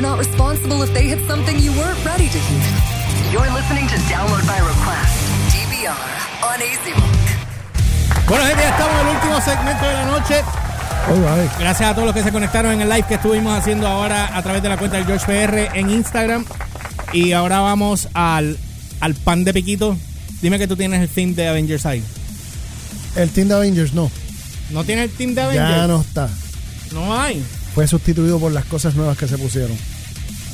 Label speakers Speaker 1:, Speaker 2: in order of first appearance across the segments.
Speaker 1: responsible if they hit something you weren't ready to hear. You're listening to Download by Request, DBR, on Easy Rock.
Speaker 2: Bueno, gente, ya estamos en el último segmento de la noche.
Speaker 3: All right.
Speaker 2: Gracias a todos los que se conectaron en el live que estuvimos haciendo ahora a través de la cuenta del George PR en Instagram. Y ahora vamos al, al pan de piquito. Dime que tú tienes el team de Avengers ahí.
Speaker 3: El team de Avengers no.
Speaker 2: ¿No tienes el team de Avengers?
Speaker 3: Ya no está.
Speaker 2: No hay.
Speaker 3: Fue sustituido por las cosas nuevas que se pusieron.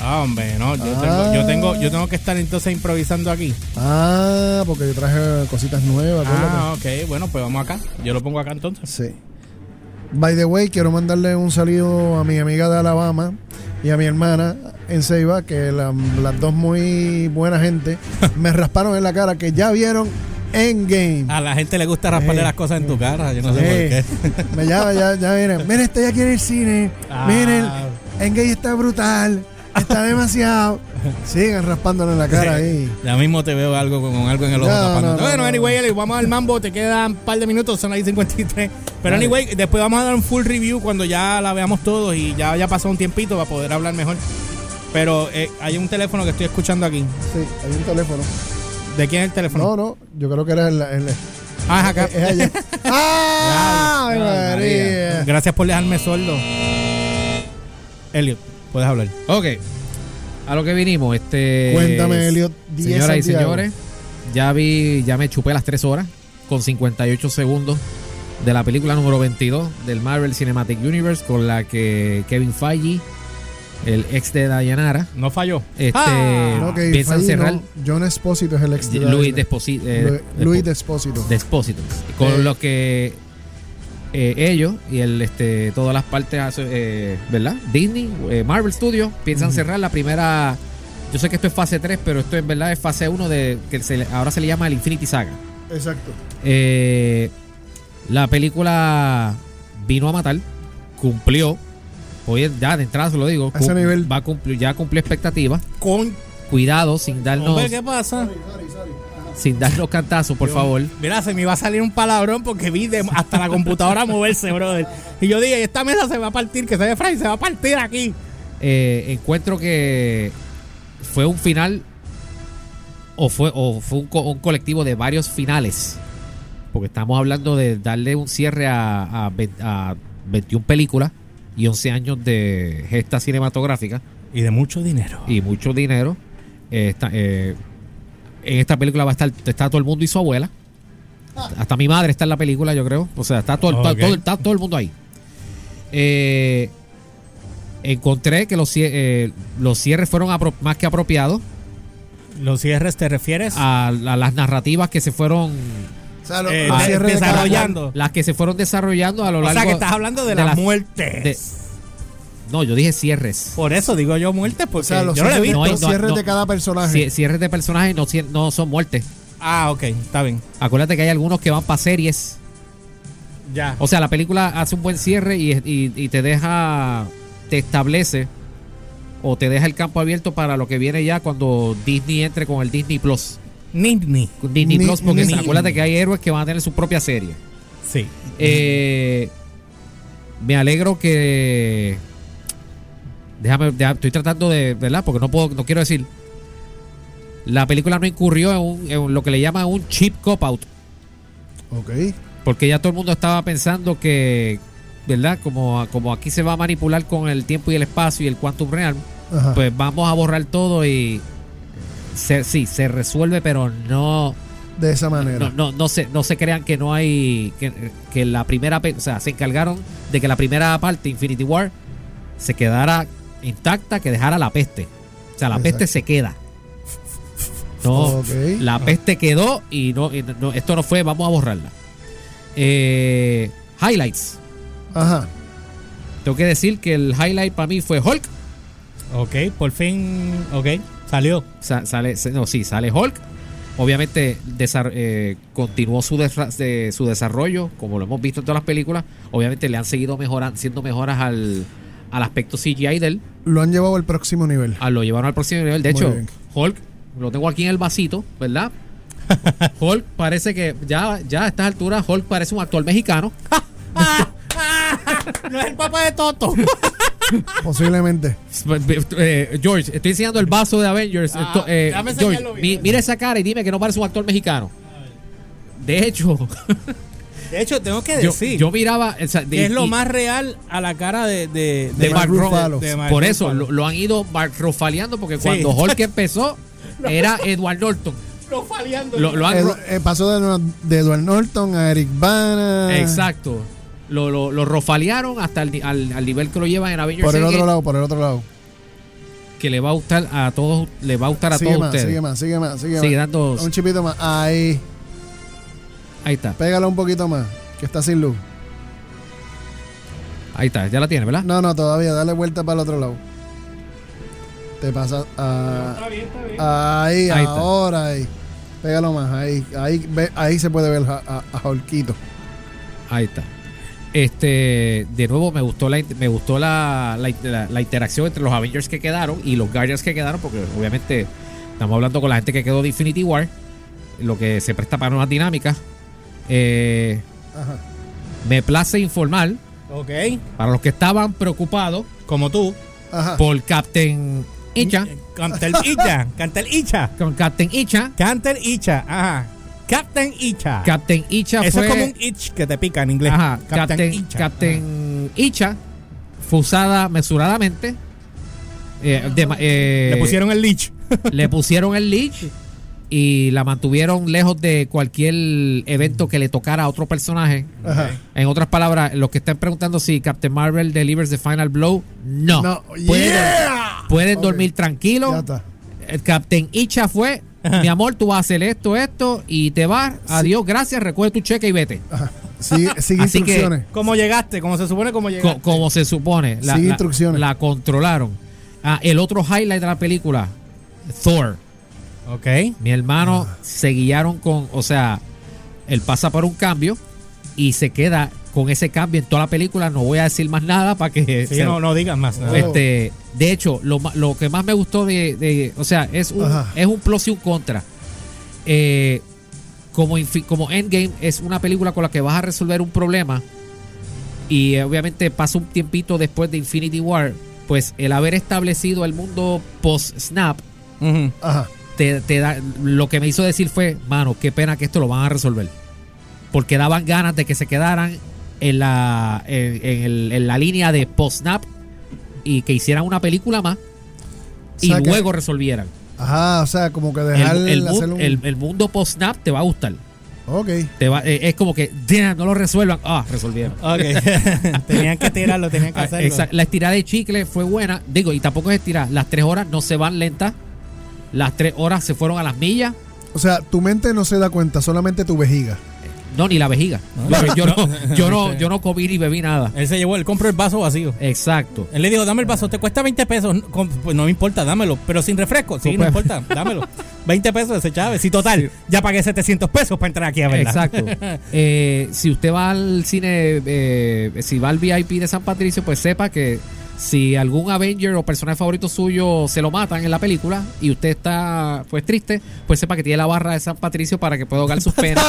Speaker 2: Ah, hombre, no. Yo, tengo,
Speaker 3: Ah.
Speaker 2: yo, tengo, yo tengo que estar entonces improvisando aquí.
Speaker 3: Ah, porque yo traje cositas nuevas. acuérdate.
Speaker 2: Ah, ok. Bueno, pues vamos acá. Yo lo pongo acá entonces.
Speaker 3: Sí. By the way, quiero mandarle un saludo a mi amiga de Alabama y a mi hermana en Ceiba, que la- las dos muy buena gente me rasparon en la cara que ya vieron Endgame.
Speaker 2: A la gente le gusta rasparle las cosas en tu cara. Yo no sé
Speaker 3: Eh,
Speaker 2: por qué.
Speaker 3: me llama, ya, ya miren, miren, estoy aquí en el cine,
Speaker 2: Ah.
Speaker 3: miren, Endgame está brutal, está demasiado. Sigan raspándole en la cara ahí.
Speaker 2: Ya mismo te veo algo con, con algo en el ojo
Speaker 3: No,
Speaker 2: tapándote.
Speaker 3: no, no,
Speaker 2: bueno,
Speaker 3: no,
Speaker 2: anyway, Eli, vamos al mambo. Te quedan un par de minutos, son las 53. Pero anyway, después vamos a dar un full review cuando ya la veamos todos y ya haya pasado un tiempito para poder hablar mejor. Pero eh, hay un teléfono que estoy escuchando aquí.
Speaker 3: Sí, hay un teléfono.
Speaker 2: ¿De quién es el teléfono?
Speaker 3: No, no, yo creo que era el. el-
Speaker 2: Ah, es acá.
Speaker 3: es allá. ¡Ah!
Speaker 2: Ay,
Speaker 3: María!
Speaker 2: María. Gracias por dejarme sordo. Elliot, puedes hablar.
Speaker 4: Ok. A lo que vinimos, este.
Speaker 3: Cuéntame, Elliot, 10
Speaker 4: Señoras y
Speaker 3: Santiago.
Speaker 4: señores, ya vi, ya me chupé las 3 horas con 58 segundos de la película número 22 del Marvel Cinematic Universe con la que Kevin Feige, el ex de Dayanara,
Speaker 2: No falló.
Speaker 4: Este,
Speaker 2: Ah.
Speaker 3: No, que
Speaker 4: piensan
Speaker 3: Fallino,
Speaker 4: cerrar.
Speaker 3: John Espósito es el ex de
Speaker 4: Luis
Speaker 3: David.
Speaker 4: Desposi-
Speaker 3: Lu-
Speaker 4: eh,
Speaker 3: Luis
Speaker 4: Despo-
Speaker 3: Despósito.
Speaker 4: Despósito. Con
Speaker 3: Eh.
Speaker 4: lo que eh, ellos y el este todas las partes, eh, ¿verdad? Disney, eh, Marvel Studios, piensan cerrar la primera. Yo sé que esto es fase 3, pero esto en verdad es fase 1 de que se le- ahora se le llama el Infinity Saga.
Speaker 3: Exacto.
Speaker 4: Eh, la película vino a matar, cumplió. Oye, ya de entrada se lo digo.
Speaker 3: A ese
Speaker 4: cum-
Speaker 3: nivel.
Speaker 4: Va a cumplir, ya cumplió expectativas.
Speaker 2: Con...
Speaker 4: Cuidado, sin darnos,
Speaker 2: Hombre, ¿qué pasa?
Speaker 4: sin darnos cantazos, por favor.
Speaker 2: Mira, se me iba a salir un palabrón porque vi de- hasta la computadora moverse, brother. Y yo dije, esta mesa se va a partir, que se ve Frank, se va a partir aquí.
Speaker 4: Eh, encuentro que fue un final o fue, o fue un, co- un colectivo de varios finales. Porque estamos hablando de darle un cierre a, a ve- a 21 películas y 11 años de gesta cinematográfica
Speaker 2: Y de mucho dinero.
Speaker 4: y mucho dinero. Eh, está- eh, en esta película va a estar está todo el mundo y su abuela. Hasta mi madre está en la película, yo creo. O sea, está todo, está
Speaker 2: Ok.
Speaker 4: todo- está todo el mundo ahí. Eh, encontré que los, cie- eh, los cierres fueron apro- más que apropiados
Speaker 2: ¿Los cierres te refieres?
Speaker 4: a, a las narrativas que se fueron
Speaker 3: O sea, lo-
Speaker 2: Eh,
Speaker 3: el
Speaker 2: de-
Speaker 3: cierre de cada-
Speaker 2: desarrollando.
Speaker 4: las que se fueron desarrollando a lo
Speaker 2: o
Speaker 4: largo
Speaker 2: sea, que estás hablando de,
Speaker 4: de
Speaker 2: las
Speaker 4: las-
Speaker 2: muertes.
Speaker 4: de- no yo dije cierres
Speaker 2: Por eso digo yo muertes, porque
Speaker 3: o sea, los
Speaker 2: yo no la he
Speaker 3: cierres,
Speaker 2: visto.
Speaker 4: no
Speaker 3: de-
Speaker 4: hay-
Speaker 3: los
Speaker 4: no-
Speaker 3: cierres
Speaker 4: no-
Speaker 3: de cada personaje.
Speaker 4: Cie- cierres de personajes no, cier- no son muertes
Speaker 2: Ah, ok, está bien.
Speaker 4: acuérdate que hay algunos que van para series
Speaker 2: Ya.
Speaker 4: O sea, la película hace un buen cierre y, y- y te deja, te establece o te deja el campo abierto para lo que viene ya cuando Disney entre con el Disney Plus.
Speaker 2: Nidni.
Speaker 4: Disney
Speaker 3: Ni-
Speaker 4: Plus, porque
Speaker 3: ni-
Speaker 4: acuérdate que hay héroes que van a tener su propia serie.
Speaker 2: Sí.
Speaker 4: Eh, me alegro que. Déjame, déjame- estoy tratando de, ¿verdad? Porque no puedo, no quiero decir. La película no incurrió en, un- en lo que le llaman un cheap cop out.
Speaker 3: Ok.
Speaker 4: Porque ya todo el mundo estaba pensando que, ¿verdad? Como, como aquí se va a manipular con el tiempo y el espacio y el quantum real,
Speaker 3: Ajá.
Speaker 4: pues vamos a borrar todo y se, sí, se resuelve, pero no
Speaker 3: de esa manera.
Speaker 4: no, no, no se, no se crean que no hay que, que la primera, pe- o sea, se encargaron de que la primera parte Infinity War se quedara intacta, que dejara la peste. O sea, la peste
Speaker 3: Exacto.
Speaker 4: se queda. No,
Speaker 3: Ok. Ah.
Speaker 4: la peste quedó y no, y no- esto no fue, vamos a borrarla. Eh, highlights.
Speaker 3: Ajá.
Speaker 4: Tengo que decir que el highlight para mí fue Hulk.
Speaker 2: Ok, por fin. Ok, salió.
Speaker 4: Sa- sale, se- no, sí, sale Hulk. Obviamente desar- eh, continuó su, desra- de- su desarrollo, como lo hemos visto en todas las películas. Obviamente le han seguido mejorando, haciendo mejoras al, al aspecto CGI de él.
Speaker 3: Lo han llevado al próximo nivel.
Speaker 4: Ah, lo llevaron al próximo nivel. De
Speaker 3: Muy
Speaker 4: hecho,
Speaker 3: bien.
Speaker 4: Hulk, lo tengo aquí en el vasito, ¿verdad? Hulk parece que ya, ya a estas alturas Hulk parece un actor mexicano.
Speaker 2: no es el papá de Toto.
Speaker 3: Posiblemente.
Speaker 4: Eh, George, estoy enseñando el vaso de Avengers.
Speaker 2: Ah,
Speaker 4: Esto- eh,
Speaker 2: déjame enseñarlo
Speaker 4: George,
Speaker 2: bien.
Speaker 4: mi- mira esa cara y dime que no parece un actor mexicano. De hecho,
Speaker 2: De hecho, tengo que
Speaker 3: Eh,
Speaker 4: yo,
Speaker 2: decir
Speaker 4: yo miraba. o sea, de-
Speaker 2: que es lo
Speaker 4: y-
Speaker 2: más real a la cara de, de,
Speaker 4: de Mark
Speaker 3: Ruffalo.
Speaker 4: Ruffalo.
Speaker 2: de Mark
Speaker 4: Por eso
Speaker 2: Ruffalo.
Speaker 4: lo, lo han ido Mark Ruffaleando, porque
Speaker 2: Sí.
Speaker 4: cuando Hulk empezó era Edward Norton. Lo, lo han
Speaker 3: Edu-
Speaker 4: ro-
Speaker 3: eh, pasó de, de Edward Norton a Eric Bana.
Speaker 4: Exacto. Lo, lo, lo rofalearon hasta el ni- al, al nivel que lo llevan en Avengers
Speaker 3: Por el
Speaker 4: Endgame,
Speaker 3: otro lado, por el otro lado.
Speaker 4: que le va a gustar a todos, le va a gustar a
Speaker 3: Sigue
Speaker 4: todos
Speaker 3: más,
Speaker 4: ustedes.
Speaker 3: sigue más, sigue más, sigue más.
Speaker 4: Sigue dando-
Speaker 3: Un chipito más. Ahí.
Speaker 4: Ahí está,
Speaker 3: Pégala un poquito más, que está sin luz.
Speaker 4: ahí está, ya la tiene, ¿verdad?
Speaker 3: No, no, todavía, dale vuelta para el otro lado. Te pasa a. Ahí,
Speaker 4: Ahí está.
Speaker 3: ahora, ahí. Pégalo más, ahí. Ahí, ve- ahí se puede ver a, a, a Jorquito.
Speaker 4: Ahí está. Este, de nuevo me gustó la me gustó la, la- la- la interacción entre los Avengers que quedaron y los Guardians que quedaron, porque obviamente estamos hablando con la gente que quedó de Infinity War, lo que se presta para unas dinámicas. Eh,
Speaker 3: Ajá.
Speaker 4: me place informar
Speaker 2: Ok,
Speaker 4: para los que estaban preocupados
Speaker 2: como tú. Ah.
Speaker 3: Ajá.
Speaker 4: por Captain
Speaker 2: Mm,
Speaker 4: Icha,
Speaker 2: eh. Cantel Icha, Cantel Icha,
Speaker 4: con Captain Icha,
Speaker 2: Cantel Icha, ajá. Captain Icha.
Speaker 4: Captain Icha
Speaker 2: Ah. Eso
Speaker 4: fue
Speaker 2: es como un itch que te pica en inglés.
Speaker 4: Ajá,
Speaker 2: Captain
Speaker 4: Captain,
Speaker 2: Icha. Ah.
Speaker 4: Captain Icha fue usada mesuradamente. Eh, de ma- eh,
Speaker 2: Ah. Le pusieron el leech.
Speaker 4: le pusieron el leash y la mantuvieron lejos de cualquier evento que le tocara a otro personaje.
Speaker 3: Ajá.
Speaker 4: En otras palabras, los que están preguntando si Captain Marvel delivers the final blow, no.
Speaker 3: No.
Speaker 4: Pueden,
Speaker 3: Yeah.
Speaker 4: pueden
Speaker 3: Ok.
Speaker 4: dormir
Speaker 3: Ya
Speaker 4: tranquilos.
Speaker 3: está.
Speaker 4: El Captain Icha fue, mi amor, tú vas a hacer esto, esto y te vas. Adiós, gracias, recuerda tu cheque y vete.
Speaker 3: Ajá. Sigue, sigue
Speaker 4: Así que-
Speaker 3: instrucciones.
Speaker 2: ¿Cómo llegaste? ¿Cómo se supone cómo
Speaker 4: Co-
Speaker 2: llegaste?
Speaker 4: como se supone. La,
Speaker 3: Sigue
Speaker 4: la-
Speaker 3: instrucciones.
Speaker 4: la controlaron. Ah, el otro highlight de la película, Thor.
Speaker 2: Ok.
Speaker 4: Mi hermano
Speaker 2: Ah.
Speaker 4: se guiaron con, o sea, él pasa por un cambio y se queda con ese cambio en toda la película. No voy a decir más nada para que.
Speaker 2: Sí,
Speaker 4: se-
Speaker 2: no, no digas más nada.
Speaker 3: Oh.
Speaker 4: Este, de hecho, lo, ma- lo que más me gustó de, de- o sea, es un,
Speaker 3: Ajá.
Speaker 4: es un plus y un contra. Eh, como, infi- como Endgame es una película con la que vas a resolver un problema y eh, obviamente pasa un tiempito después de Infinity War, pues el haber establecido el mundo post-snap
Speaker 2: Ujú.
Speaker 3: Ajá.
Speaker 4: te, te da, lo que me hizo decir fue, mano, qué pena que esto lo van a resolver. Porque daban ganas de que se quedaran en la, en, en el- en la línea de post-snap y que hicieran una película más
Speaker 3: O sea
Speaker 4: y
Speaker 3: que-
Speaker 4: luego resolvieran.
Speaker 3: Ajá, o sea, como que dejar
Speaker 4: El, el mu-
Speaker 3: hacer un.
Speaker 4: el- el mundo post-snap te va a gustar.
Speaker 3: ok.
Speaker 4: Te va, eh, es como que, "Damn, no lo resuelvan. Ah, resolvieron.
Speaker 2: Ok. tenían que tirarlo, tenían que
Speaker 4: Ah,
Speaker 2: hacerlo.
Speaker 4: exact- La estirada de chicle fue buena. Digo, y tampoco es estirar. Las tres horas no se van lentas. Las tres horas se fueron a las millas.
Speaker 3: O sea, tu mente no se da cuenta, solamente tu vejiga.
Speaker 4: No, ni la vejiga. Yo, yo no, yo, no, yo no comí ni bebí nada.
Speaker 2: Él se llevó, él compró el vaso vacío.
Speaker 4: Exacto.
Speaker 2: Él le dijo, dame el vaso, te cuesta 20 pesos. No, con- pues no me importa, dámelo. Pero sin refresco, sí, no
Speaker 4: Pues-
Speaker 2: importa, dámelo. 20 pesos ese Chávez. Sí, total, ya pagué 700 pesos para entrar aquí, a ¿verdad?
Speaker 4: Exacto. Eh, si usted va al cine, eh, si va al VIP de San Patricio, pues sepa que si algún Avenger o personaje favorito suyo se lo matan en la película y usted está pues triste, pues sepa que tiene la barra de San Patricio para que pueda ahogar sus penas.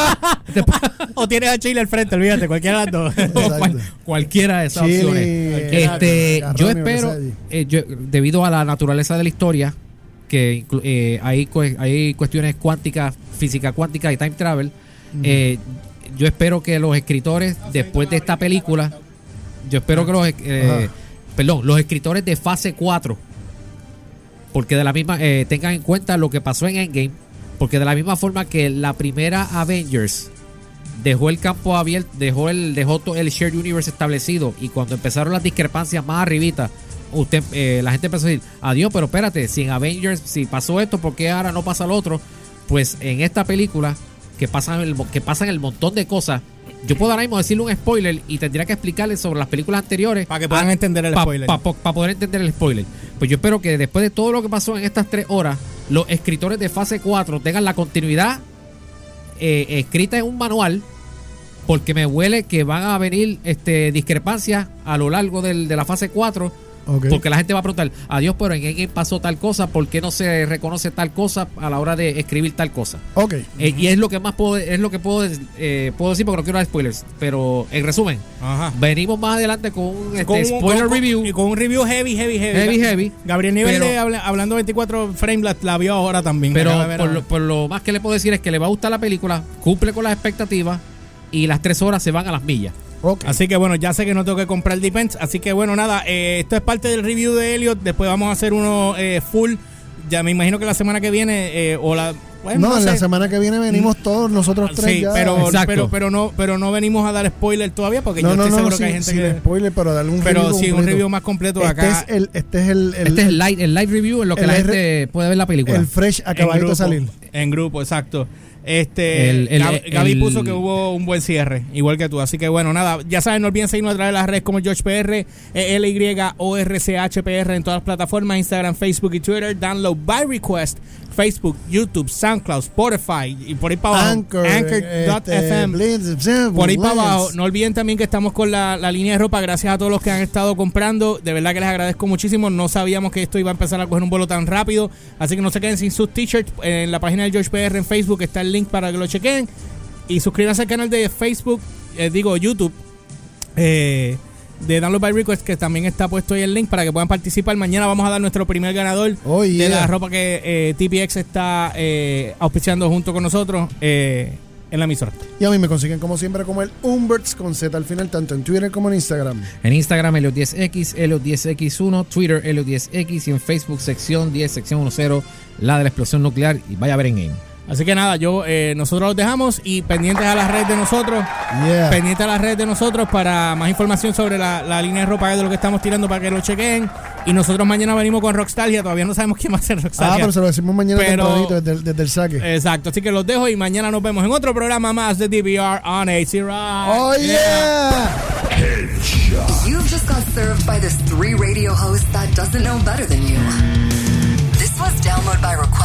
Speaker 2: o tienes a Chile al frente, olvídate, cualquiera de las dos.
Speaker 4: O cual- cualquiera de esas
Speaker 3: Chile,
Speaker 4: opciones.
Speaker 3: eh,
Speaker 4: Este,
Speaker 3: Garrone,
Speaker 4: yo
Speaker 3: o lo que
Speaker 4: espero,
Speaker 3: sea allí.
Speaker 4: eh, yo- debido a la naturaleza de la historia, que inclu- eh, hay, cue- hay cuestiones cuánticas, física cuántica y time travel, eh, yo espero que los escritores, después de esta película, yo espero que los, eh, eh,
Speaker 3: Ajá.
Speaker 4: perdón, los escritores de fase 4, porque de la misma, eh, tengan en cuenta lo que pasó en Endgame, porque de la misma forma que la primera Avengers dejó el campo abierto, dejó el, dejó todo el shared universe establecido y cuando empezaron las discrepancias más arribita, usted, eh, la gente empezó a decir, adiós, pero espérate, si en Avengers, si pasó esto, ¿por qué ahora no pasa lo otro? Pues en esta película, que pasan el, mo- que pasan el montón de cosas, yo puedo ahora mismo decirle un spoiler y tendría que explicarle sobre las películas anteriores
Speaker 2: Para que puedan entender el spoiler.
Speaker 4: para poder entender el spoiler. Pues yo espero que después de todo lo que pasó en estas tres horas, los escritores de fase 4 tengan la continuidad eh, escrita en un manual, porque me huele que van a venir este, discrepancias a lo largo del- de la fase 4
Speaker 3: Ok.
Speaker 4: Porque la gente va a preguntar, adiós, pero en qué pasó tal cosa, ¿por qué no se reconoce tal cosa a la hora de escribir tal cosa?
Speaker 3: Ok.
Speaker 4: Eh, y es lo que más puedo, es lo que puedo, eh, puedo decir porque no quiero dar spoilers. Pero en resumen,
Speaker 2: Ajá.
Speaker 4: venimos más adelante con un este,
Speaker 2: Con un-
Speaker 4: spoiler
Speaker 2: con- con-
Speaker 4: review.
Speaker 2: Y con un review heavy, heavy, heavy.
Speaker 4: Heavy, heavy.
Speaker 2: Gabriel Nivel
Speaker 4: Pero-
Speaker 2: de Habla- hablando 24 frames la, la vio ahora también. Acaba de
Speaker 4: pero
Speaker 2: ver
Speaker 4: por
Speaker 2: ahora.
Speaker 4: lo, por lo más que le puedo decir es que le va a gustar la película, cumple con las expectativas y las tres horas se van a las millas.
Speaker 3: Ok.
Speaker 2: Así que bueno, ya sé que no tengo que comprar Depends. Así que bueno, nada, eh, esto es parte del review de Elliot. Después vamos a hacer uno eh, full. Ya me imagino que la semana que viene eh, o la. bueno,
Speaker 3: no, en la
Speaker 2: sé.
Speaker 3: semana que viene venimos todos nosotros tres
Speaker 2: Sí,
Speaker 3: ya.
Speaker 2: pero,
Speaker 4: Exacto.
Speaker 2: pero, pero, no, pero no venimos a dar spoiler todavía porque
Speaker 3: no,
Speaker 2: yo
Speaker 3: no,
Speaker 2: estoy
Speaker 3: no,
Speaker 2: seguro
Speaker 3: sin,
Speaker 2: que hay gente
Speaker 3: sin
Speaker 2: que.
Speaker 3: spoiler, pero darle un
Speaker 2: Pero
Speaker 3: review
Speaker 2: sí, un
Speaker 3: completo.
Speaker 2: review más completo
Speaker 3: este
Speaker 2: acá.
Speaker 3: Es el, este es el, el,
Speaker 4: este es el live, el live review en lo que
Speaker 3: el
Speaker 4: la
Speaker 3: R-
Speaker 4: gente puede ver la película.
Speaker 3: el fresh acabadito de
Speaker 2: grupo,
Speaker 3: salir.
Speaker 2: En grupo, exacto. Este,
Speaker 4: El- el-
Speaker 2: Gab- Gaby
Speaker 4: el-
Speaker 2: puso que hubo un buen cierre, igual que tú. Así que bueno, nada, ya saben, no olviden seguirnos a través de las redes como GeorgePR, LYORCHPR en todas las plataformas, Instagram, Facebook y Twitter. Download by request, Facebook, YouTube, SoundCloud, Spotify y por ahí para abajo.
Speaker 3: Anchor, este,
Speaker 2: Anchor.fm.
Speaker 3: Blitz,
Speaker 2: Por ahí para
Speaker 3: Blitz.
Speaker 2: abajo. No olviden también que estamos con la, la línea de ropa. Gracias a todos los que han estado comprando. De verdad que les agradezco muchísimo. No sabíamos que esto iba a empezar a coger un vuelo tan rápido. Así que no se queden sin sus t-shirts. En la página de George PR en Facebook está el link para que lo chequen. Y suscríbanse al canal de Facebook, eh, digo YouTube, eh, de Download by Request, que también está puesto ahí el link para que puedan participar. Mañana vamos a dar nuestro primer ganador
Speaker 3: Oh, yeah.
Speaker 2: de la ropa que eh, TPX está eh, auspiciando junto con nosotros eh, en la emisora.
Speaker 3: Y a mí me consiguen como siempre como el Umberts con Z al final, tanto en Twitter como en Instagram.
Speaker 4: En Instagram, Elliot10X, Elliot10X1, Twitter, Elliot10X y en Facebook, sección 10, sección 10, la de la explosión nuclear. Y vaya a ver en game.
Speaker 2: Así que nada, yo eh, nosotros los dejamos y pendientes a la red de nosotros,
Speaker 3: Yeah.
Speaker 2: pendientes a la red de nosotros para más información sobre la, la línea de ropa de lo que estamos tirando para que lo chequen. Y nosotros mañana venimos con Rockstalia, todavía no sabemos quién va a ser
Speaker 3: Ah,
Speaker 2: Rockstalia.
Speaker 3: pero se lo decimos mañana
Speaker 2: Pero- Eh,
Speaker 3: tempranito desde, el- desde el saque.
Speaker 2: Exacto, así que los dejo y mañana nos vemos en otro programa más de DVR on AC Rock.
Speaker 3: ¡Oh, yeah.
Speaker 1: You've just got served by this three radio host that doesn't know better than you. This was Download by Request.